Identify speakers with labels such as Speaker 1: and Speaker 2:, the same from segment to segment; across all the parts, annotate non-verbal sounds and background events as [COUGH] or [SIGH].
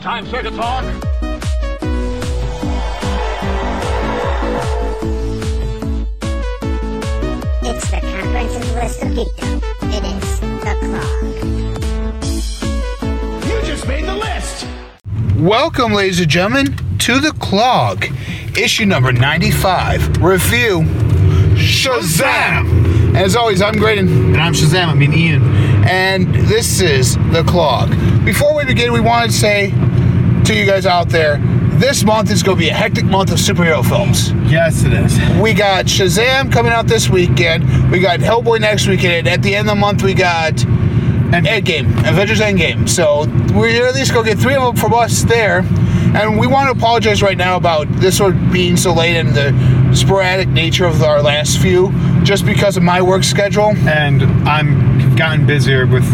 Speaker 1: Time circuit talk.
Speaker 2: It's the comprehensive list of geekdom. It is the
Speaker 3: You just made the list.
Speaker 4: Welcome, ladies and gentlemen, to the clog, issue number 95, review Shazam! As always, I'm Graydon. And I'm Shazam, I mean Ian. And this is the clog. Before we begin, we want to say to you guys out there this month is going to be a hectic month of superhero films.
Speaker 3: Yes, it is.
Speaker 4: We got Shazam coming out this weekend, we got Hellboy next weekend, and at the end of the month, we got
Speaker 3: And
Speaker 4: Endgame, Avengers Endgame. So we're at least gonna get three of them from us there. And we want to apologize right now about this one being so late and the sporadic nature of our last few, just because of my work schedule.
Speaker 3: and I'm gotten busier with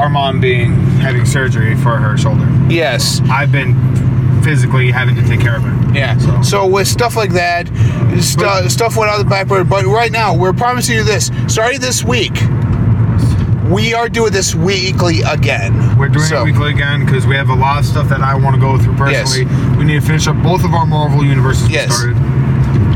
Speaker 3: our mom being having surgery for her shoulder.
Speaker 4: Yes.
Speaker 3: I've been physically having to take care of her.
Speaker 4: Yeah. So, with stuff like that, stu- stuff went out the back burner. But right now, we're promising you this. Starting this week, we are doing this weekly again.
Speaker 3: We're doing
Speaker 4: So,
Speaker 3: it weekly again because we have a lot of stuff that I want to go through
Speaker 4: Yes.
Speaker 3: personally. We need to finish up both of our Marvel universes we
Speaker 4: Yes.
Speaker 3: started.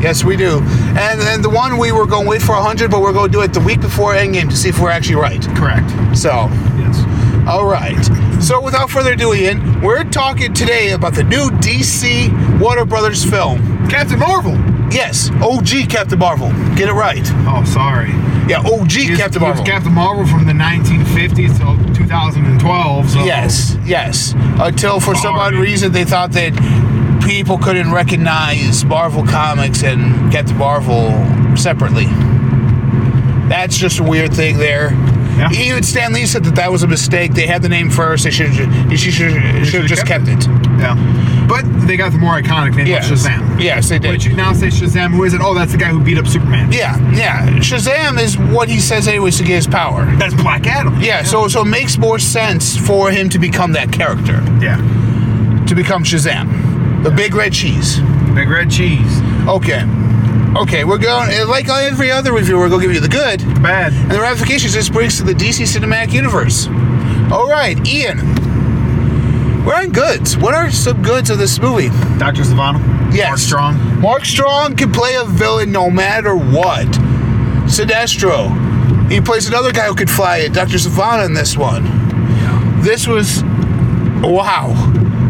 Speaker 4: Yes, we do. And then the one we were going to wait for 100, but we're going to do it the week before Endgame to see if we're actually right.
Speaker 3: Correct.
Speaker 4: So,
Speaker 3: Yes.
Speaker 4: all right. So, without further ado, Ian, we're talking today about the new DC Warner Brothers film.
Speaker 3: Captain Marvel.
Speaker 4: Yes, OG Captain Marvel. Get it right.
Speaker 3: Oh, sorry.
Speaker 4: Yeah, OG
Speaker 3: It's-
Speaker 4: Captain
Speaker 3: it's
Speaker 4: Marvel.
Speaker 3: Captain Marvel from the 1950s till 2012. So
Speaker 4: yes, yes. Until for some odd
Speaker 3: Sorry.
Speaker 4: reason they thought that people couldn't recognize Marvel Comics and Captain Marvel separately. That's just a weird thing there.
Speaker 3: Yeah.
Speaker 4: Even Stan Lee said that that was a mistake. They had the name first. They should she should should have just kept it.
Speaker 3: Yeah. But they got the more iconic name
Speaker 4: Yes.
Speaker 3: of Shazam.
Speaker 4: Yes, they did.
Speaker 3: Which you now say Shazam, who is it? Oh, that's the guy who beat up Superman.
Speaker 4: Yeah, yeah. Shazam is what he says anyways to get his power.
Speaker 3: That's Black Adam.
Speaker 4: Yeah, so so it makes more sense for him to become that character,
Speaker 3: Yeah.
Speaker 4: to become Shazam, the big red cheese.
Speaker 3: Big Red Cheese.
Speaker 4: Okay, okay, we're going and like every other review. We're gonna give you the good and
Speaker 3: Bad.
Speaker 4: the ramifications this brings to the DC cinematic universe. All right, Ian, we're on goods. What are some goods of this movie?
Speaker 3: Dr. Savannah.
Speaker 4: Yes.
Speaker 3: Mark Strong.
Speaker 4: Mark Strong can play a villain no matter what. Sinestro. He plays another guy who could fly it, Dr. Savannah in this one. This was wow.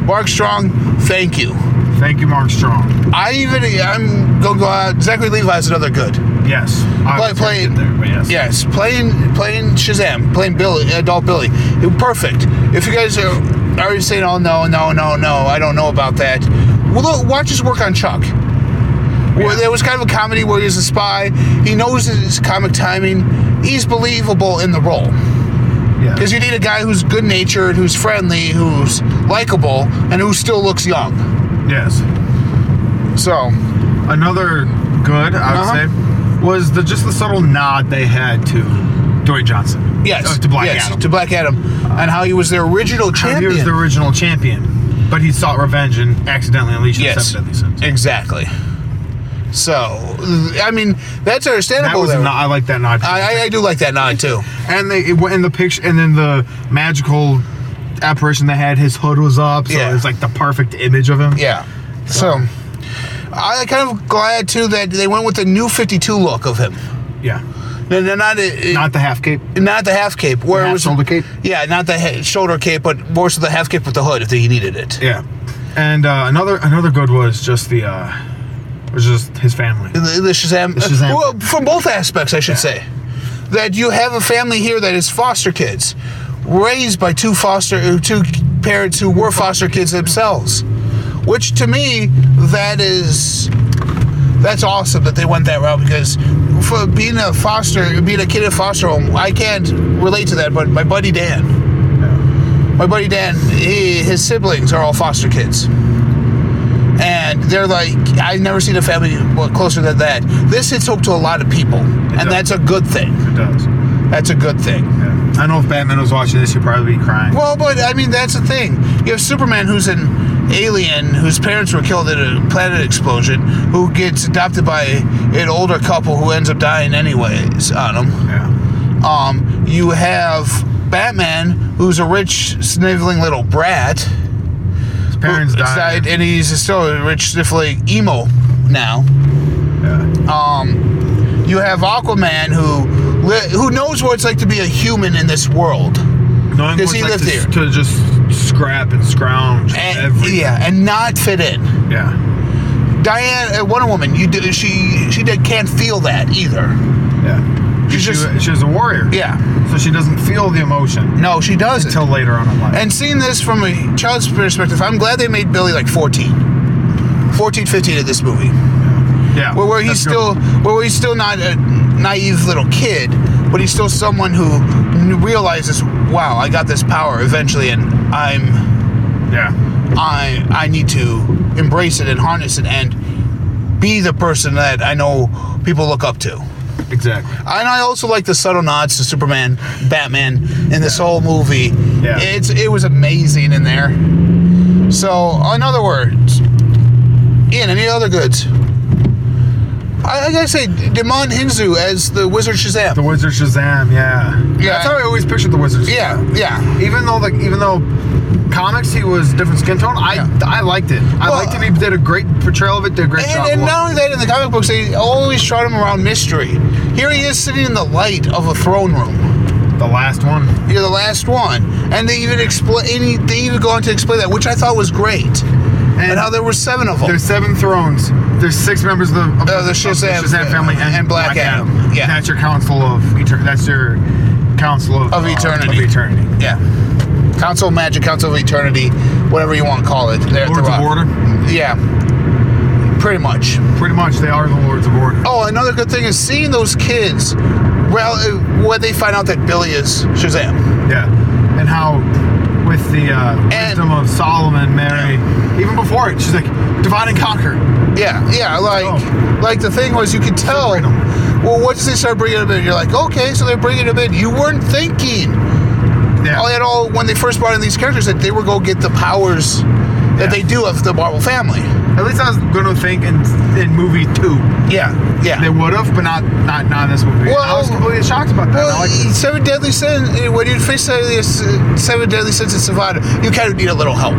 Speaker 4: Mark Strong, thank you.
Speaker 3: Thank you, Mark Strong.
Speaker 4: I even I'm gonna go out Zachary Levi's another good.
Speaker 3: Yes. I was gonna
Speaker 4: playing
Speaker 3: get there, but yes.
Speaker 4: yes, playing playing Shazam, playing Billy, adult Billy. Perfect. If you guys are already saying, oh no, no, no, no, I don't know about that. Well look, watch his work on Chuck. Where
Speaker 3: Yeah.
Speaker 4: there was kind of a comedy where he's a spy. He knows his comic timing. He's believable in the role.
Speaker 3: Yeah.
Speaker 4: Because you need a guy who's good natured, who's friendly, who's likable, and who still looks young.
Speaker 3: yes.
Speaker 4: So,
Speaker 3: Another good,
Speaker 4: Uh-huh.
Speaker 3: I would say, was the just the subtle nod they had to Dwayne Johnson.
Speaker 4: yes.
Speaker 3: Uh, to Black
Speaker 4: yes,
Speaker 3: Adam.
Speaker 4: To Black Adam. and how he was the original
Speaker 3: And
Speaker 4: champion.
Speaker 3: He was the original champion, but he sought revenge and accidentally unleashed
Speaker 4: Yes.
Speaker 3: the seven deadly sins.
Speaker 4: Exactly. So, th- I mean, that's
Speaker 3: That
Speaker 4: understandable.
Speaker 3: was
Speaker 4: though.
Speaker 3: not. I like that nod.
Speaker 4: I, I, I do like that nod too.
Speaker 3: and they it went in the picture, and then the magical apparition they had, his hood was up, so
Speaker 4: Yeah.
Speaker 3: it was like the perfect image of him.
Speaker 4: Yeah. So, I kind of glad too that they went with the new 52 look of him.
Speaker 3: yeah.
Speaker 4: No, no, not a,
Speaker 3: Not the half cape.
Speaker 4: not the half cape. Where
Speaker 3: The
Speaker 4: it was
Speaker 3: half-shoulder cape?
Speaker 4: Yeah, not the he- shoulder cape, but more so the half cape with the hood if he needed it.
Speaker 3: Yeah. And uh, another another good was just the uh, was just his family.
Speaker 4: The, the Shazam.
Speaker 3: Shazam.
Speaker 4: Well, from both aspects, I should say, that you have a family here that is foster kids, raised by two foster uh, two parents who were foster kids themselves, which to me that is that's awesome that they went that route because for being a foster being a kid in a foster home, I can't relate to that, but my buddy Dan. My buddy Dan, he, his siblings are all foster kids and they're like, I've never seen a family more closer than that. This hits hope to a lot of people, and
Speaker 3: does.
Speaker 4: that's a good thing.
Speaker 3: It does.
Speaker 4: That's a good thing.
Speaker 3: Yeah. I know if Batman was watching this, he'd probably be crying.
Speaker 4: Well, but I mean, that's the thing. You have Superman, who's an alien whose parents were killed in a planet explosion, who gets adopted by an older couple who ends up dying anyways on him.
Speaker 3: Yeah.
Speaker 4: Um, you have Batman, who's a rich, sniveling little brat.
Speaker 3: parents
Speaker 4: who-
Speaker 3: died.
Speaker 4: and he's still a rich, stiffly emo now.
Speaker 3: Yeah.
Speaker 4: Um, you have Aquaman who li- who knows what it's like to be a human in this world.
Speaker 3: Knowing
Speaker 4: Does
Speaker 3: what
Speaker 4: he
Speaker 3: it's
Speaker 4: live
Speaker 3: like
Speaker 4: there?
Speaker 3: to, to just scrap and scrounge
Speaker 4: And,
Speaker 3: everything.
Speaker 4: Yeah, and not fit in.
Speaker 3: Yeah.
Speaker 4: Diane, uh, Wonder Woman, you did, she she did, can't feel that either.
Speaker 3: Yeah.
Speaker 4: She's
Speaker 3: she,
Speaker 4: just-
Speaker 3: she's a warrior.
Speaker 4: Yeah,
Speaker 3: So she doesn't feel the emotion
Speaker 4: no, she doesn't.
Speaker 3: until later on in life.
Speaker 4: And seeing this from a child's perspective, I'm glad they made Billy like 14. 14, 15 of this movie.
Speaker 3: yeah.
Speaker 4: Where, where he's
Speaker 3: that's good.
Speaker 4: still where he's still not a naive little kid, but he's still someone who n- realizes, wow, I got this power eventually and I'm
Speaker 3: Yeah.
Speaker 4: I I need to embrace it and harness it and be the person that I know people look up to.
Speaker 3: Exactly.
Speaker 4: And I also like the subtle nods to Superman, Batman in this whole movie.
Speaker 3: Yeah.
Speaker 4: It's it was amazing in there. So, in other words, Ian, any other goods? I, I gotta say, Demon Hinzu as the Wizard Shazam.
Speaker 3: The Wizard Shazam. Yeah.
Speaker 4: Yeah.
Speaker 3: That's how I always pictured the Wizard.
Speaker 4: yeah,
Speaker 3: Shazam.
Speaker 4: yeah.
Speaker 3: Even though like even though comics he was different skin tone, I
Speaker 4: Yeah.
Speaker 3: I liked it. I
Speaker 4: Well,
Speaker 3: liked it. He did a great portrayal of it. Did a great job.
Speaker 4: And, and
Speaker 3: with it.
Speaker 4: not only that, in the comic books, they always shot him around mystery. Here he is sitting in the light of a throne room.
Speaker 3: the last one.
Speaker 4: You're the last one, and they even explain. They even go on to explain that, which I thought was great, and, how there were seven of them.
Speaker 3: There's seven thrones. There's six members of the, of
Speaker 4: Uh, the
Speaker 3: of
Speaker 4: Shazam-
Speaker 3: family and,
Speaker 4: and Black Adam. Yeah.
Speaker 3: That's your council of eternity. That's your council of,
Speaker 4: Of
Speaker 3: uh,
Speaker 4: eternity.
Speaker 3: of eternity.
Speaker 4: Yeah. Council of Magic, Council of Eternity, whatever you want to call it. There at the
Speaker 3: Lords of
Speaker 4: Rock.
Speaker 3: Order.
Speaker 4: Yeah. Pretty much.
Speaker 3: Pretty much, they are the lords of order.
Speaker 4: Oh, another good thing is seeing those kids. Well, uh, when they find out that Billy is Shazam.
Speaker 3: Yeah. And how, with the uh,
Speaker 4: And-
Speaker 3: wisdom of Solomon, Mary, even before it, she's like divide and conquer.
Speaker 4: Yeah, yeah. Like,
Speaker 3: Oh.
Speaker 4: like the thing was, you could tell.
Speaker 3: freedom.
Speaker 4: Well, once they start bringing him in, you're like, okay, so they're bringing him in. You weren't thinking
Speaker 3: Yeah.
Speaker 4: all at all when they first brought in these characters that they were going to get the powers that
Speaker 3: Yeah.
Speaker 4: they do of the Marvel family.
Speaker 3: At least I was going to think in in movie two
Speaker 4: Yeah, yeah.
Speaker 3: they would have, but not not not in this movie. I was
Speaker 4: Well-
Speaker 3: completely shocked about that.
Speaker 4: Well,
Speaker 3: I like,
Speaker 4: seven deadly sins. eh, When you face seven deadly, sins- seven deadly sins and survive, you kind of need a little help.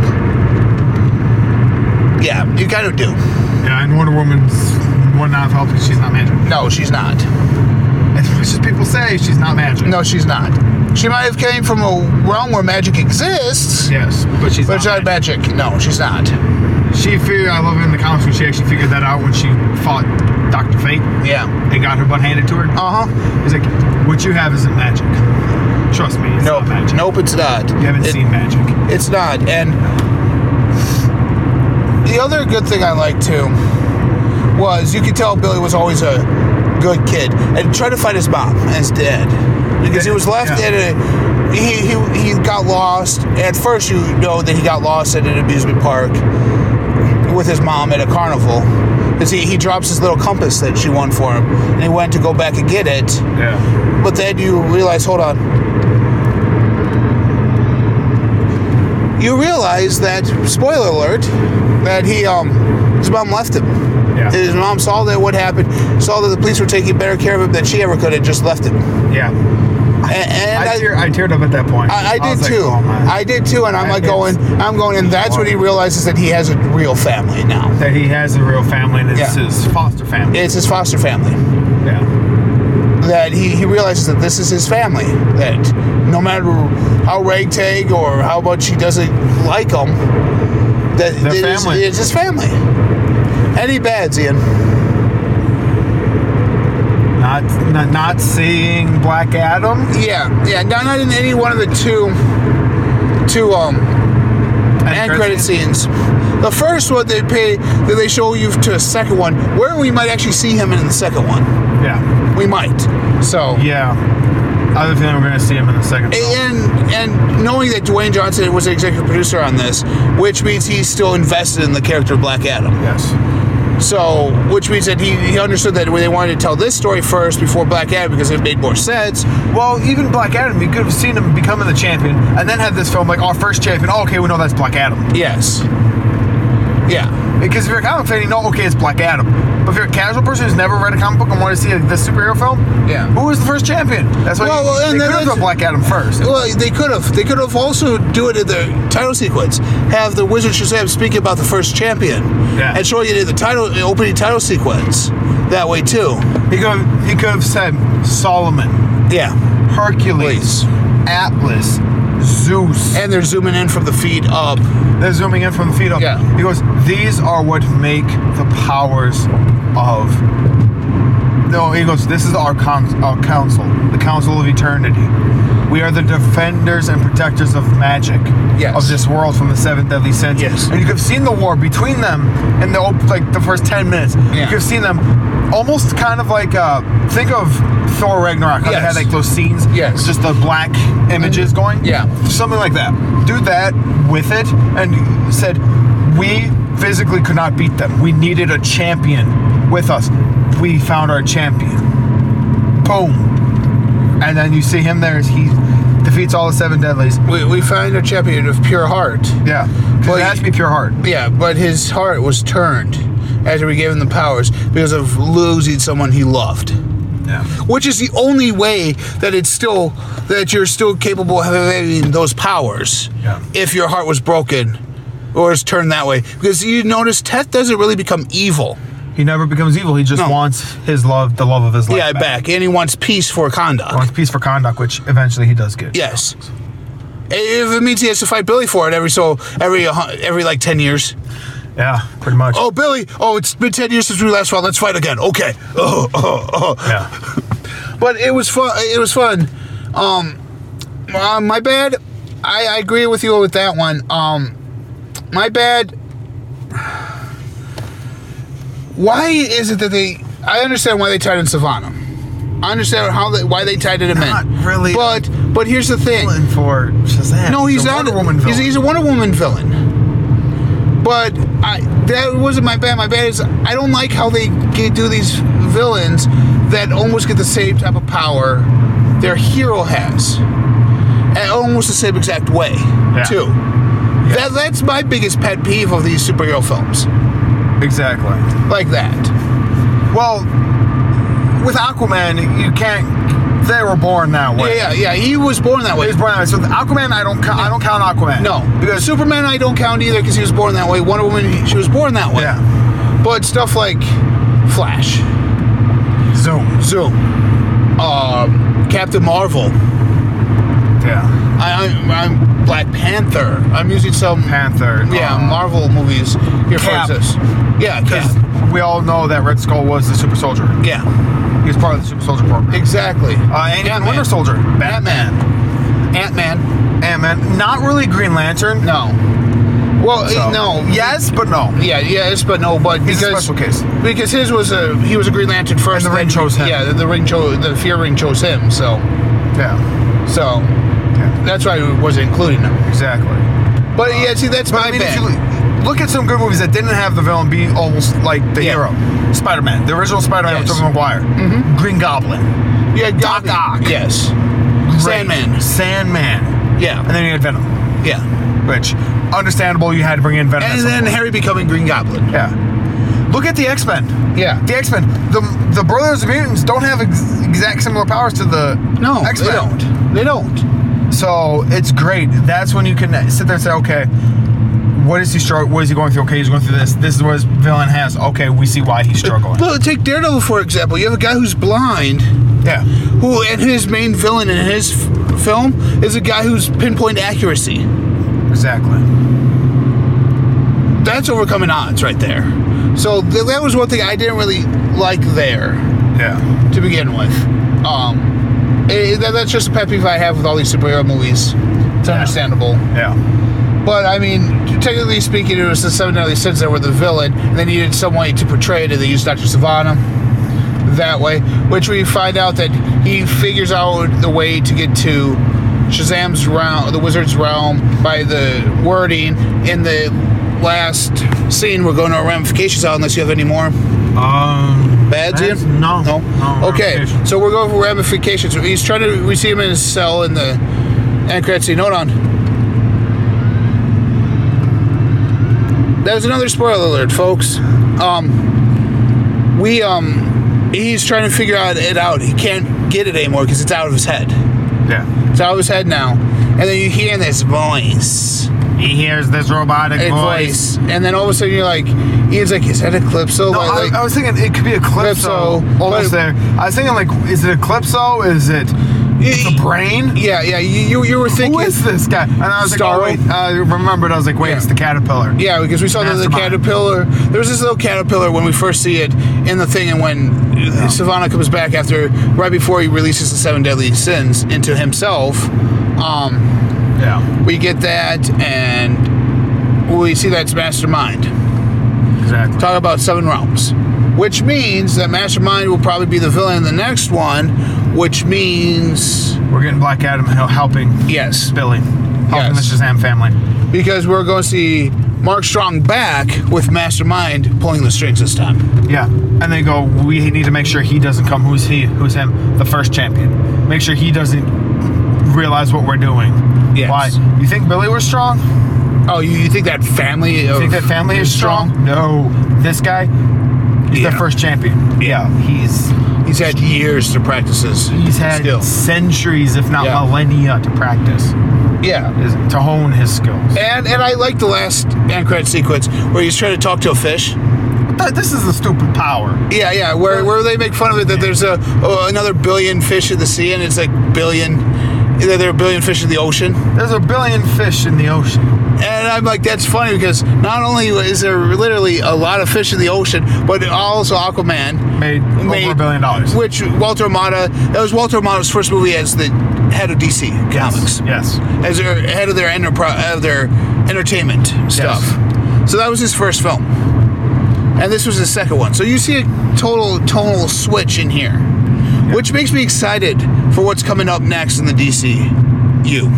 Speaker 4: Yeah, you kind of do.
Speaker 3: yeah, and Wonder Woman's would not have helped because she's not magic.
Speaker 4: No, she's not.
Speaker 3: [LAUGHS] As much as people say, she's not magic.
Speaker 4: No, she's not. She might have came from a realm where magic exists,
Speaker 3: Yes, but she's
Speaker 4: but
Speaker 3: not.
Speaker 4: she's not magic. No, she's not.
Speaker 3: She figured. I love it in the comics when she actually figured that out when she fought Doctor Fate
Speaker 4: Yeah.
Speaker 3: and got her butt handed to her.
Speaker 4: Uh huh.
Speaker 3: He's like, "What you have isn't magic. Trust me, it's
Speaker 4: Nope.
Speaker 3: not magic.
Speaker 4: Nope, it's not.
Speaker 3: You haven't
Speaker 4: It-
Speaker 3: seen magic."
Speaker 4: It's not. And the other good thing I liked too was you could tell Billy was always a good kid and tried to find his mom as dead because he was left
Speaker 3: Yeah.
Speaker 4: in a he, he he got lost. At first, you know that he got lost at an amusement park with his mom at a carnival. Because he, he drops his little compass that she won for him, and he went to go back and get it.
Speaker 3: Yeah.
Speaker 4: But then you realize, hold on. You realize that, spoiler alert, that he, um, his mom left him.
Speaker 3: Yeah.
Speaker 4: His mom saw that what happened, saw that the police were taking better care of him than she ever could, and just left him. And,
Speaker 3: Yeah.
Speaker 4: and
Speaker 3: I, tear, I teared up at that point.
Speaker 4: I, I did
Speaker 3: was like,
Speaker 4: too.
Speaker 3: "Oh, my."
Speaker 4: I did too, and I'm
Speaker 3: That
Speaker 4: like going,
Speaker 3: hits.
Speaker 4: I'm going, and that's when he realizes that he has a real family now.
Speaker 3: that he has a real family and it's
Speaker 4: Yeah.
Speaker 3: his foster family.
Speaker 4: It's his foster family.
Speaker 3: yeah.
Speaker 4: that he, he realizes that this is his family. That no matter how ragtag or how much he doesn't like them, that
Speaker 3: They're
Speaker 4: it is-
Speaker 3: family.
Speaker 4: it's his family. Any bads, Ian?
Speaker 3: Not, not not seeing Black Adam.
Speaker 4: Yeah, yeah. Not, not in any one of the two two um end credit scenes. The first one they pay that they show you to a second one, where we might actually see him in the second one.
Speaker 3: Yeah.
Speaker 4: We might. So
Speaker 3: Yeah. I have a feeling we're gonna see him in the second. film.
Speaker 4: And and knowing that Dwayne Johnson was an executive producer on this, which means he's still invested in the character of Black Adam.
Speaker 3: Yes.
Speaker 4: So, which means that he, he understood that they wanted to tell this story first before Black Adam because it made more sense.
Speaker 3: Well, even Black Adam, you could have seen him becoming the champion, and then have this film like our first champion. Oh, okay, we know that's Black Adam.
Speaker 4: Yes. Yeah.
Speaker 3: Because if you're a comic fan, you know, okay, it's Black Adam. But if you're a casual person who's never read a comic book and want to see the superhero film,
Speaker 4: Yeah.
Speaker 3: who was the first champion? That's why
Speaker 4: Well, well, and
Speaker 3: they
Speaker 4: then
Speaker 3: could have
Speaker 4: that's-
Speaker 3: done Black Adam first.
Speaker 4: Well, they could have. They could have also do it in the title sequence. Have the Wizard Shazam speak about the first champion,
Speaker 3: Yeah.
Speaker 4: and show you in the title the opening title sequence. That way too.
Speaker 3: He could have, he could have said Solomon,
Speaker 4: Yeah,
Speaker 3: Hercules,
Speaker 4: Please.
Speaker 3: Atlas, Zeus.
Speaker 4: and they're zooming in from the feet up.
Speaker 3: They're zooming in from the feet up.
Speaker 4: Yeah.
Speaker 3: He goes, these are what make the powers of. No, he goes, this is our, con- our council, the Council of Eternity. We are the defenders and protectors of magic
Speaker 4: Yes.
Speaker 3: of this world from the seven deadly sins.
Speaker 4: Yes.
Speaker 3: And you could have seen the war between them in the op- like the first ten minutes. You
Speaker 4: Yeah.
Speaker 3: could have seen them almost kind of like uh, think of Thor Ragnarok. How they had
Speaker 4: Yes.
Speaker 3: like those scenes.
Speaker 4: Yes.
Speaker 3: with Just the black images going.
Speaker 4: Yeah.
Speaker 3: Something like that. Do that with it and said, we physically could not beat them. We needed a champion with us. We found our champion. Boom. And then you see him there as he defeats all the seven deadlies.
Speaker 4: We, we find a champion of pure heart.
Speaker 3: Yeah. 'Cause
Speaker 4: Well,
Speaker 3: it has to be pure heart.
Speaker 4: Yeah, but his heart was turned after we gave him the powers because of losing someone he loved.
Speaker 3: Yeah.
Speaker 4: Which is the only way that it's still that you're still capable of having those powers
Speaker 3: Yeah.
Speaker 4: if your heart was broken or is turned that way. Because you notice Teth doesn't really become evil.
Speaker 3: He never becomes evil. He just
Speaker 4: No.
Speaker 3: wants his love, the love of his life.
Speaker 4: yeah, back. And he wants peace for conduct.
Speaker 3: He wants peace for conduct, which eventually he does get.
Speaker 4: Yes. If it means he has to fight Billy for it every so every a hun- every like ten years.
Speaker 3: Yeah, pretty much.
Speaker 4: Oh, Billy! Oh, it's been ten years since we last fought. Let's fight again. Okay. [LAUGHS] Oh, oh, oh.
Speaker 3: Yeah.
Speaker 4: But it was fun. It was fun. Um, uh, my bad. I, I agree with you with that one. Um, my bad. Why is it that they? I understand why they tied in Savannah. I understand how they, why they tied it in.
Speaker 3: Not really.
Speaker 4: But but here's the thing.
Speaker 3: villain for Shazam.
Speaker 4: No, he's
Speaker 3: a
Speaker 4: not
Speaker 3: Wonder Woman villain.
Speaker 4: He's, he's a Wonder Woman villain. But I that wasn't my bad. My bad is I don't like how they get, do these villains that almost get the same type of power their hero has, and almost the same exact way
Speaker 3: Yeah.
Speaker 4: too. That that's my biggest pet peeve of these superhero films,
Speaker 3: exactly.
Speaker 4: like that.
Speaker 3: Well, with Aquaman, you can't. They were born that way.
Speaker 4: Yeah, yeah, yeah. He was born that
Speaker 3: He
Speaker 4: way.
Speaker 3: was born that way. So the Aquaman, I don't. cou- I don't count Aquaman.
Speaker 4: No, because
Speaker 3: Because
Speaker 4: Superman I don't count either because he was born that way. Wonder Woman, she was born that way.
Speaker 3: Yeah.
Speaker 4: But stuff like Flash,
Speaker 3: Zoom.
Speaker 4: Zoom, um, Captain Marvel,
Speaker 3: Yeah.
Speaker 4: I, I'm, I'm Black Panther. I'm using some
Speaker 3: Panther.
Speaker 4: yeah
Speaker 3: um,
Speaker 4: Marvel movies here
Speaker 3: Cap.
Speaker 4: for this. Yeah,
Speaker 3: 'cause
Speaker 4: Cap.
Speaker 3: We all know that Red Skull was the Super Soldier.
Speaker 4: Yeah,
Speaker 3: He was part of the Super Soldier program.
Speaker 4: exactly.
Speaker 3: Uh, and
Speaker 4: Ant-Man.
Speaker 3: Wonder Soldier.
Speaker 4: Batman, Ant Man.
Speaker 3: Ant Man. Not really Green Lantern.
Speaker 4: No. Well, eh,
Speaker 3: So-
Speaker 4: no.
Speaker 3: Yes, but no.
Speaker 4: Yeah, yes, but no, but
Speaker 3: He's
Speaker 4: because
Speaker 3: a special case.
Speaker 4: because his was a he was a Green Lantern first.
Speaker 3: And the ring
Speaker 4: then-
Speaker 3: chose him.
Speaker 4: Yeah, the, the ring chose the fear ring chose him. So
Speaker 3: Yeah.
Speaker 4: so
Speaker 3: Yeah.
Speaker 4: that's why it was including him.
Speaker 3: Exactly.
Speaker 4: But yeah, see, that's my
Speaker 3: I mean, if
Speaker 4: bad.
Speaker 3: you look- look at some good movies that didn't have the villain be almost like the
Speaker 4: Yeah.
Speaker 3: hero. Spider Man, the original Spider Man
Speaker 4: Yes. Mm-hmm.
Speaker 3: with Tobey Maguire. Green Goblin.
Speaker 4: yeah,
Speaker 3: Doc Ock.
Speaker 4: Yes. Sandman.
Speaker 3: Great. Sandman. And
Speaker 4: Yeah.
Speaker 3: then you had Venom,
Speaker 4: Yeah.
Speaker 3: which, understandable, you had to bring in Venom.
Speaker 4: And
Speaker 3: at some
Speaker 4: then Harry becoming Green Goblin.
Speaker 3: point. yeah. Look at the X Men.
Speaker 4: Yeah.
Speaker 3: The X Men, the the Brothers of Mutants don't have ex- exact similar powers to the
Speaker 4: No,
Speaker 3: X
Speaker 4: they
Speaker 3: Men.
Speaker 4: don't. They don't.
Speaker 3: So it's great. That's when you can sit there and say, okay, what is he struggling? What is he going through? Okay, he's going through this. This is what his villain has. Okay, we see why
Speaker 4: [LAUGHS]
Speaker 3: he's struggling.
Speaker 4: Well, take Daredevil for example. You have a guy who's blind,
Speaker 3: Yeah.
Speaker 4: who and his main villain in his f- film is a guy who's pinpoint accuracy.
Speaker 3: Exactly.
Speaker 4: That's overcoming odds right there. So th- that was one thing I didn't really like there.
Speaker 3: Yeah.
Speaker 4: to begin with. Um, eh, that, that's just a pet peeve I have with all these superhero movies. It's
Speaker 3: Yeah.
Speaker 4: understandable,
Speaker 3: Yeah.
Speaker 4: but I mean, technically speaking, it was the Seven Deadly Sins that were the villain, and they needed some way to portray it, and they used Doctor Savannah that way, which we find out that he figures out the way to get to Shazam's realm, the Wizard's realm, by the wording in the last scene. We're going to ramifications out unless you have any more.
Speaker 3: Um.
Speaker 4: Bad,
Speaker 3: that's-
Speaker 4: dude?
Speaker 3: No.
Speaker 4: No. okay.
Speaker 3: ramifications.
Speaker 4: So we're going for ramifications. He's trying to. We see him in his cell in the end credits. scene. Hold on. that was another spoiler alert, folks. Um, we um, he's trying to figure out it out. He can't get it anymore because it's out of his head.
Speaker 3: Yeah.
Speaker 4: It's out of his head now. And then you hear this voice,
Speaker 3: He hears this robotic
Speaker 4: and voice, and then all of a sudden you're like, Ian's like, is that Eclipso?
Speaker 3: No,
Speaker 4: like, like-
Speaker 3: I, I was thinking it could be Eclipso.
Speaker 4: Eclipso,
Speaker 3: Almost
Speaker 4: but-
Speaker 3: there. I was thinking like, is it Eclipso? Is it the brain?
Speaker 4: yeah, yeah. You you, you were thinking.
Speaker 3: Who is this guy? And I was
Speaker 4: Starro?
Speaker 3: like, oh, wait. I remembered. I was like, wait,
Speaker 4: Yeah.
Speaker 3: it's the caterpillar.
Speaker 4: Yeah, because we saw the, the
Speaker 3: Mastermind.
Speaker 4: caterpillar. There was this little caterpillar when we first see it in the thing, and when Savannah comes back after, right before he releases the seven deadly sins into himself, um,
Speaker 3: Yeah.
Speaker 4: we get that, and we see that's Mastermind.
Speaker 3: Exactly.
Speaker 4: Talk about seven realms, which means that Mastermind will probably be the villain in the next one, which means
Speaker 3: We're getting Black Adam hel- helping
Speaker 4: yes,
Speaker 3: Billy, helping
Speaker 4: Yes.
Speaker 3: the Shazam family.
Speaker 4: because we're going to see Mark Strong back with Mastermind pulling the strings this time.
Speaker 3: Yeah. And they go, we need to make sure he doesn't come. Who's he? Who's him? The first champion. Make sure he doesn't realize what we're doing.
Speaker 4: Yes.
Speaker 3: Why? You think Billy was strong?
Speaker 4: Oh, you, you think that family? Of,
Speaker 3: You think that family is strong? No. This guy, he's
Speaker 4: Yeah.
Speaker 3: the first champion.
Speaker 4: Yeah.
Speaker 3: He's
Speaker 4: He's had years to practice this.
Speaker 3: he's had
Speaker 4: skill.
Speaker 3: centuries, if not
Speaker 4: Yeah.
Speaker 3: millennia, to practice,
Speaker 4: Yeah.
Speaker 3: is- to hone his skills.
Speaker 4: And and I like the last end credit sequence where he's trying to talk to a fish.
Speaker 3: Th- This is the stupid power.
Speaker 4: Yeah, yeah. Where where they make fun of it that there's a oh, another billion fish in the sea and it's like billion. That there are a billion fish in the ocean,
Speaker 3: There's a billion fish in the ocean.
Speaker 4: and I'm like, that's funny because not only is there literally a lot of fish in the ocean, but also Aquaman
Speaker 3: Made, over a billion dollars.
Speaker 4: which Walter Amada. That was Walter Amada's first movie as the head of DC Comics.
Speaker 3: Yes.
Speaker 4: as their head of their enterprise, of their entertainment stuff. So that was his first film, and this was his second one. So you see a total tonal switch in here, which makes me excited for what's coming up next in the DCU.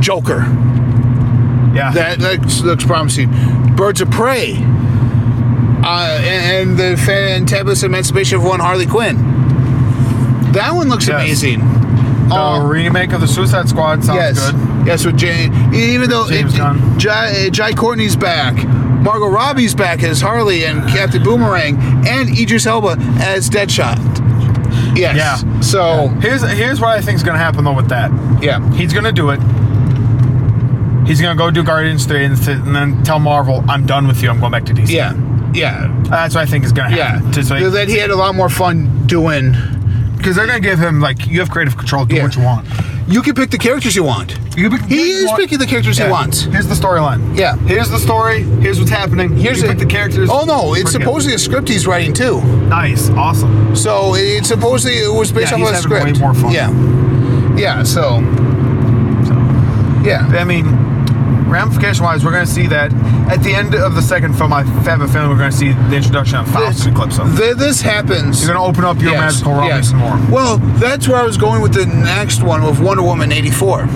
Speaker 4: Joker,
Speaker 3: Uh-huh. Yeah.
Speaker 4: that, that looks promising. Birds of Prey, uh, and, and the fantabulous emancipation of one Harley Quinn. That one looks
Speaker 3: Yes.
Speaker 4: amazing.
Speaker 3: the
Speaker 4: Um,
Speaker 3: remake of the Suicide Squad sounds
Speaker 4: yes.
Speaker 3: good.
Speaker 4: Yes, with Jay. Even though
Speaker 3: James Gunn.
Speaker 4: Jai, eh, Jai Courtney's back, Margot Robbie's back as Harley
Speaker 3: [SIGHS]
Speaker 4: and Captain Boomerang, and Idris Elba as Deadshot. Yes.
Speaker 3: Yeah.
Speaker 4: So
Speaker 3: Here's here's what I think is gonna happen though with that.
Speaker 4: yeah.
Speaker 3: He's gonna do it. He's gonna go do Guardians three and, th- and then tell Marvel, "I'm done with you. I'm going back to DC."
Speaker 4: Yeah. Yeah.
Speaker 3: That's what I think is gonna
Speaker 4: Yeah.
Speaker 3: [SIGHS] happen. To- so-
Speaker 4: that he had a lot more fun doing.
Speaker 3: Because they're gonna give him like you have creative control, do
Speaker 4: Yeah.
Speaker 3: what you want.
Speaker 4: You can pick the characters you want.
Speaker 3: You can pick the
Speaker 4: He
Speaker 3: characters you
Speaker 4: is
Speaker 3: want.
Speaker 4: picking the characters he
Speaker 3: Yeah.
Speaker 4: wants.
Speaker 3: Here's the storyline.
Speaker 4: Yeah.
Speaker 3: Here's the story. Here's what's happening.
Speaker 4: Here's
Speaker 3: you
Speaker 4: a-
Speaker 3: pick the characters.
Speaker 4: Oh no! It's
Speaker 3: Forget.
Speaker 4: supposedly a script he's writing too.
Speaker 3: nice, awesome.
Speaker 4: So it's supposedly it was based
Speaker 3: Yeah,
Speaker 4: off
Speaker 3: he's
Speaker 4: of a
Speaker 3: having way
Speaker 4: script.
Speaker 3: more fun.
Speaker 4: Yeah. Yeah. So
Speaker 3: So,
Speaker 4: yeah.
Speaker 3: I mean, ramification wise, we're gonna see that at the end of the second film. I have a feeling we're gonna see the introduction of Faust and Eclipso.
Speaker 4: Th- this happens.
Speaker 3: You're gonna open up your
Speaker 4: Yes,
Speaker 3: magical realm
Speaker 4: yes.
Speaker 3: some more.
Speaker 4: Well, that's where I was going with the next one with Wonder Woman '84,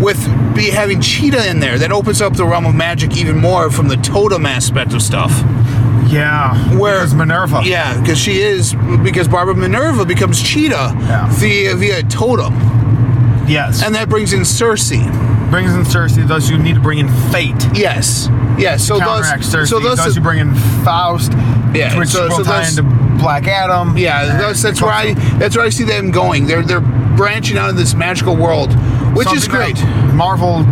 Speaker 4: with be having Cheetah in there. That opens up the realm of magic even more from the totem aspect of stuff.
Speaker 3: Yeah.
Speaker 4: Where-
Speaker 3: Where's Minerva?
Speaker 4: Yeah, because she is because Barbara Minerva becomes Cheetah
Speaker 3: Yeah.
Speaker 4: via via totem,
Speaker 3: Yes.
Speaker 4: and that brings in Cersei.
Speaker 3: brings in Cersei. Thus, you need to bring in Fate.
Speaker 4: Yes, yes. So thus,
Speaker 3: Counteract Cersei.
Speaker 4: so thus,
Speaker 3: thus, you bring in Faust.
Speaker 4: Yeah,
Speaker 3: Which
Speaker 4: so-
Speaker 3: will
Speaker 4: so
Speaker 3: tie
Speaker 4: thus-
Speaker 3: into Black Adam.
Speaker 4: yeah,
Speaker 3: and
Speaker 4: that's, that's where I that's where I see them going. They're they're branching out of this magical world, which is
Speaker 3: something
Speaker 4: great.
Speaker 3: that Marvel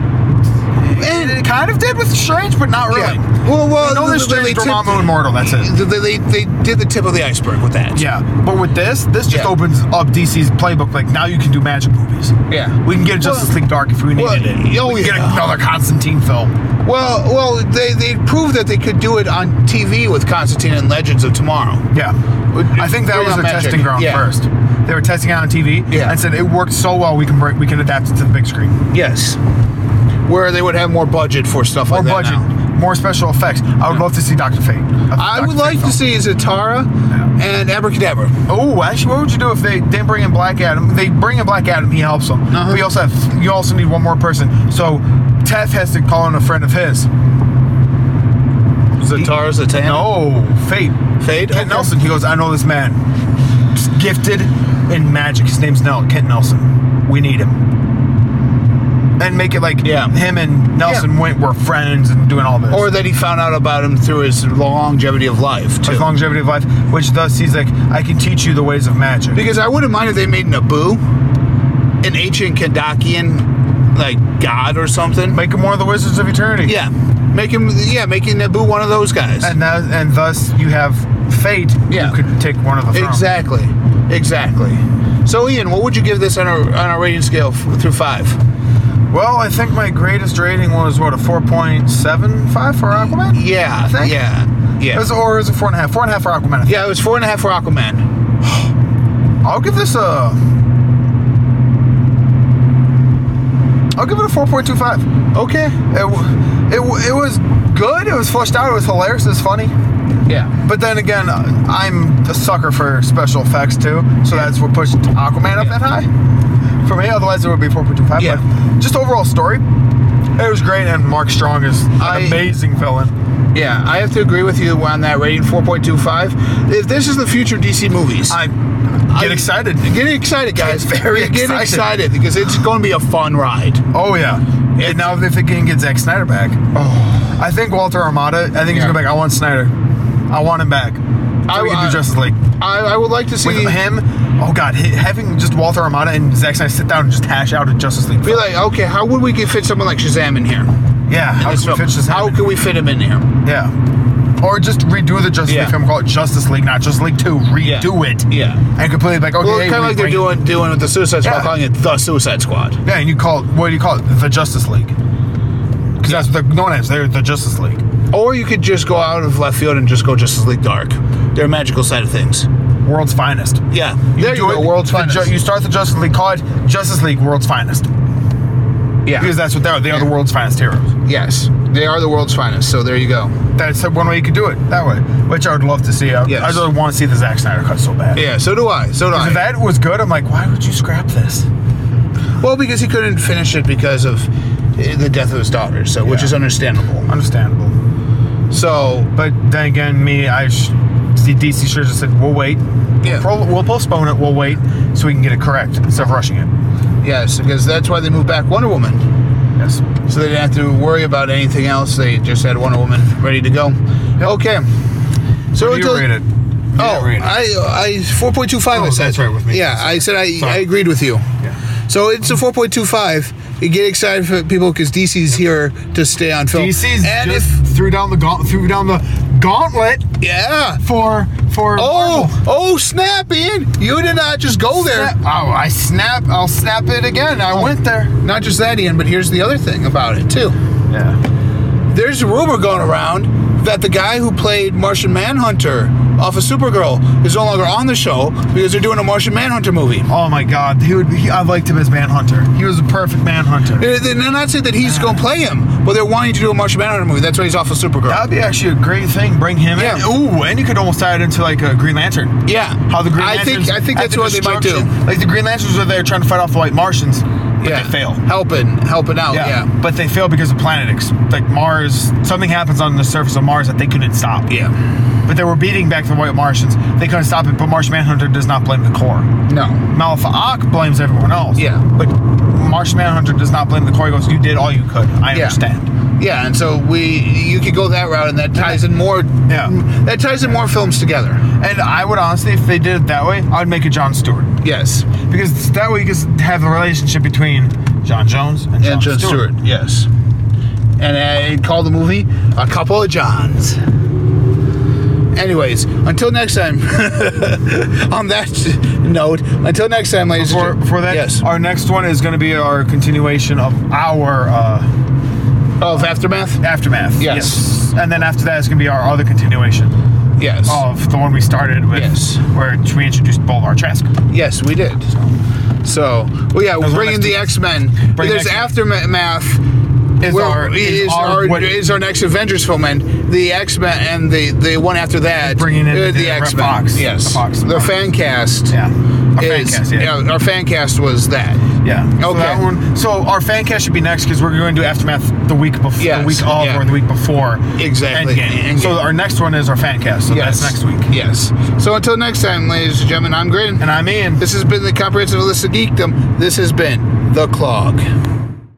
Speaker 4: And-
Speaker 3: it kind of did with Strange, but not really.
Speaker 4: Yeah. Well, well,
Speaker 3: I know there's
Speaker 4: they- they
Speaker 3: Strange,
Speaker 4: tipped-
Speaker 3: Dormammu, and Mortal. That's it.
Speaker 4: They, they, they did the tip of the iceberg with that.
Speaker 3: Yeah, but with this, this just
Speaker 4: Yeah.
Speaker 3: opens up DC's playbook. Like now you can do magic movies.
Speaker 4: Yeah.
Speaker 3: we can get a Justice
Speaker 4: Well-
Speaker 3: League Dark if we needed
Speaker 4: well,
Speaker 3: it.
Speaker 4: oh,
Speaker 3: we can
Speaker 4: yeah.
Speaker 3: get another Constantine film.
Speaker 4: Well, well, they, they proved that they could do it on TV with Constantine and Legends of Tomorrow.
Speaker 3: Yeah, I think that
Speaker 4: Bring
Speaker 3: was
Speaker 4: out
Speaker 3: their
Speaker 4: magic.
Speaker 3: testing ground
Speaker 4: Yeah.
Speaker 3: first. They were testing it on TV
Speaker 4: Yeah.
Speaker 3: and said it worked so well we can break, we can adapt it to the big screen.
Speaker 4: Yes. Where they would have more budget for stuff
Speaker 3: More
Speaker 4: like that.
Speaker 3: budget,
Speaker 4: now.
Speaker 3: more special effects. I would love to see Doctor Fate.
Speaker 4: I would like to see Zatara and Abracadabra.
Speaker 3: Oh, actually, what would you do if they didn't bring in Black Adam? They bring in Black Adam, he helps them.
Speaker 4: Uh-huh.
Speaker 3: We also have you also need one more person. So Teth has to call in a friend of his.
Speaker 4: Zatara, Zatanna.
Speaker 3: No, Fate.
Speaker 4: Fade?
Speaker 3: Kent
Speaker 4: Okay.
Speaker 3: Nelson. He goes, I know this man. He's gifted in magic. His name's Nell. Kent Nelson. We need him. and make it like
Speaker 4: Yeah.
Speaker 3: him and Nelson
Speaker 5: Yeah.
Speaker 3: Wint were friends and doing all this.
Speaker 4: Or that he found out about him through his longevity of life, too.
Speaker 3: his longevity of life, which thus he's like, I can teach you the ways of magic.
Speaker 4: Because I wouldn't mind if they made Naboo an ancient Kandakian, like god or something.
Speaker 3: Make him one of the Wizards of Eternity.
Speaker 4: yeah, make him. Yeah, making Naboo one of those guys.
Speaker 3: And that, and thus you have fate.
Speaker 4: Yeah.
Speaker 3: Who could take one of the thrones.
Speaker 4: exactly, exactly. So Ian, what would you give this on a on a rating scale f- through five?
Speaker 3: Well, I think my greatest rating was what a four point seven five for Aquaman.
Speaker 4: Yeah,
Speaker 3: I think.
Speaker 4: yeah, yeah.
Speaker 3: It was, or is it four and a half? Four and a half for Aquaman. I think.
Speaker 4: yeah, it was four and a half for Aquaman.
Speaker 3: I'll give this a. I'll give it a 4.25. Okay. It, w- it, w- it was good. It was fleshed out. It was hilarious. It was funny.
Speaker 4: Yeah,
Speaker 3: But then again, uh, I'm a sucker for special effects too. So that's what pushed Aquaman up that high for me. Otherwise, it would be 4.25.
Speaker 4: Yeah.
Speaker 3: But just overall story, it was great. And Mark Strong is an
Speaker 4: I-
Speaker 3: amazing villain.
Speaker 4: yeah. I have to agree with you on that rating, four point two five. If this is the future DC movies,
Speaker 3: I get
Speaker 4: I-
Speaker 3: excited.
Speaker 4: Get excited, guys!
Speaker 3: Get [LAUGHS] very
Speaker 4: Get
Speaker 3: excited.
Speaker 4: excited because it's going to be a fun ride.
Speaker 3: Oh yeah. And now if they can get Zack Snyder back, oh, I think Walter Armada. I think he's
Speaker 4: Yeah.
Speaker 3: going back. I want Snyder. I want him back. So
Speaker 4: I-
Speaker 3: we can
Speaker 4: I-
Speaker 3: do Justice League
Speaker 4: I, I would like to see
Speaker 3: with him. Oh god, hi- having just Walter Armada and Zack Snyder sit down and just hash out a Justice League.
Speaker 4: be like, okay, how would we get fit someone like Shazam in here?
Speaker 3: yeah, how
Speaker 4: This
Speaker 3: can we
Speaker 4: film.
Speaker 3: fit this
Speaker 4: How can we fit him in here?
Speaker 3: Yeah, or just redo the Justice
Speaker 4: Yeah.
Speaker 3: League film, call it Justice League, not Justice League Two. Redo it.
Speaker 4: Yeah.
Speaker 3: and completely like okay,
Speaker 4: Well, kind of
Speaker 3: we
Speaker 4: like they're
Speaker 3: bring-
Speaker 4: doing doing with the Suicide Squad,
Speaker 3: Yeah.
Speaker 4: calling it the Suicide Squad.
Speaker 3: Yeah, and you call it what do you call it? The Justice League. Because that's what they're known as. They're the Justice League.
Speaker 4: Or you could just go out of left field and just go Justice League Dark. Their magical side of things.
Speaker 3: World's finest.
Speaker 4: Yeah. there you go. World's
Speaker 3: the
Speaker 4: finest.
Speaker 3: Ju- you start the Justice League, call it Justice League World's Finest.
Speaker 4: yeah.
Speaker 3: Because that's what they are. They are the world's finest heroes.
Speaker 4: yes, they are the world's finest. So there you go.
Speaker 3: That's one way you could do it. That way. Which I would love to see. I,
Speaker 4: Yes.
Speaker 3: I really want to see the Zack Snyder cut so bad.
Speaker 4: Yeah. So do I. So do I.
Speaker 3: If that was good, I'm like, why would you scrap this?
Speaker 4: well, because he couldn't finish it because of eh, the death of his daughter. So which
Speaker 3: Yeah.
Speaker 4: is understandable.
Speaker 3: Understandable.
Speaker 4: So
Speaker 3: But then again, me, I sh- see DC should have just said, we'll wait.
Speaker 4: Yeah.
Speaker 3: Pro- we'll postpone it. We'll wait so we can get it correct instead of rushing it.
Speaker 4: yes, because that's why they moved back Wonder Woman.
Speaker 3: Yes.
Speaker 4: So they didn't have to worry about anything else. They just had Wonder Woman ready to go. Okay. So
Speaker 3: What do you
Speaker 4: until-
Speaker 3: rate it? You
Speaker 4: Oh,
Speaker 3: didn't rate it.
Speaker 4: I, I 4.25.
Speaker 3: Oh,
Speaker 4: I said.
Speaker 3: that's right, with me.
Speaker 4: Yeah, I said I, I
Speaker 3: Sorry.
Speaker 4: agreed with you.
Speaker 3: Yeah.
Speaker 4: So it's a 4.25. You get excited for people because DC's here to stay on film.
Speaker 3: DC's
Speaker 4: and
Speaker 3: just
Speaker 4: if
Speaker 3: threw down the gaunt- threw down the gauntlet
Speaker 4: yeah.
Speaker 3: for for Marvel.
Speaker 4: Oh, oh, snap, Ian! You did not just go there.
Speaker 3: Snap- Oh, I snap. I'll snap it again. I went there.
Speaker 4: Not just that, Ian, but here's the other thing about it too.
Speaker 3: Yeah.
Speaker 4: There's a rumor going around that the guy who played Martian Manhunter off of Supergirl is no longer on the show because they're doing a Martian Manhunter movie.
Speaker 3: Oh my God. He would. He, I liked him as Manhunter. He was a perfect Manhunter.
Speaker 4: They're, they're not saying that he's going to play him, but they're wanting to do a Martian Manhunter movie. That's why he's off of Supergirl.
Speaker 3: That'd be actually a great thing. Bring him
Speaker 4: Yeah.
Speaker 3: in. Ooh, and you could almost tie it into like a Green Lantern.
Speaker 4: Yeah.
Speaker 3: How the Green
Speaker 4: I
Speaker 3: Lanterns.
Speaker 4: think I think
Speaker 3: at
Speaker 4: that's
Speaker 3: the
Speaker 4: what they might do.
Speaker 3: destruction- Like the Green Lanterns are there trying to fight off the White Martians, but
Speaker 4: yeah.
Speaker 3: they fail.
Speaker 4: Helping, helping out. Yeah.
Speaker 3: But they fail because of planet ex- like Mars. Something happens on the surface of Mars that they couldn't stop. But they were beating back the White Martians. They couldn't stop it. But Martian Manhunter does not blame the Corps.
Speaker 4: No.
Speaker 3: Malfaak blames everyone else.
Speaker 4: Yeah.
Speaker 3: But Marsh Manhunter does not blame the Corps. He goes, You did all you could. I
Speaker 4: Yeah.
Speaker 3: understand.
Speaker 4: Yeah, and so we you could go that route, and that ties in more.
Speaker 3: Yeah.
Speaker 4: That ties in more films together.
Speaker 3: And I would honestly, if they did it that way, I'd make it John Stewart.
Speaker 4: Yes.
Speaker 3: Because that way you can s- have a relationship between John Jones and John,
Speaker 4: and John
Speaker 3: Stewart.
Speaker 4: Stewart. Yes. And I call the movie A Couple of Johns. Anyways, until next time. [LAUGHS] on that note, until next time, ladies. and
Speaker 3: Before,
Speaker 4: gen-
Speaker 3: before that,
Speaker 4: yes.
Speaker 3: our next one is going to be our continuation of our uh,
Speaker 4: of aftermath.
Speaker 3: aftermath.
Speaker 4: Yes.
Speaker 3: And then after that is going to be our other continuation
Speaker 4: Yes.
Speaker 3: of the one we started with,
Speaker 4: Yes.
Speaker 3: where we introduced Bolvar Trask.
Speaker 4: Yes, we did. So, well, yeah,
Speaker 3: Those
Speaker 4: we're
Speaker 3: were
Speaker 4: bringing
Speaker 3: next
Speaker 4: the
Speaker 3: two.
Speaker 4: X Men.
Speaker 3: Bring
Speaker 4: There's
Speaker 3: X-Men.
Speaker 4: aftermath.
Speaker 3: Is
Speaker 4: where-
Speaker 3: our-
Speaker 4: is, our,
Speaker 3: what-
Speaker 4: is our next Avengers film and the X Men and the the one after that
Speaker 3: Bringing in
Speaker 4: uh,
Speaker 3: the
Speaker 4: X-Men.
Speaker 3: Fox.
Speaker 4: yes
Speaker 3: The Fox.
Speaker 4: the fan cast
Speaker 3: Yeah. Our fan
Speaker 4: is-
Speaker 3: cast, yeah.
Speaker 4: our fan cast was that
Speaker 3: Yeah. So,
Speaker 4: Okay.
Speaker 3: that one, so our fan cast should be next because we're going to do aftermath the week before,
Speaker 4: Yes,
Speaker 3: the week of,
Speaker 4: yeah.
Speaker 3: or the week before.
Speaker 4: Exactly,
Speaker 3: Endgame.
Speaker 4: Endgame.
Speaker 3: So our next one is our fan cast. So
Speaker 4: yes
Speaker 3: that's next week.
Speaker 4: yes so until next time ladies and gentlemen I'm Grin
Speaker 3: And I'm in.
Speaker 4: this has been the comprehensive list of geekdom this has been the clog.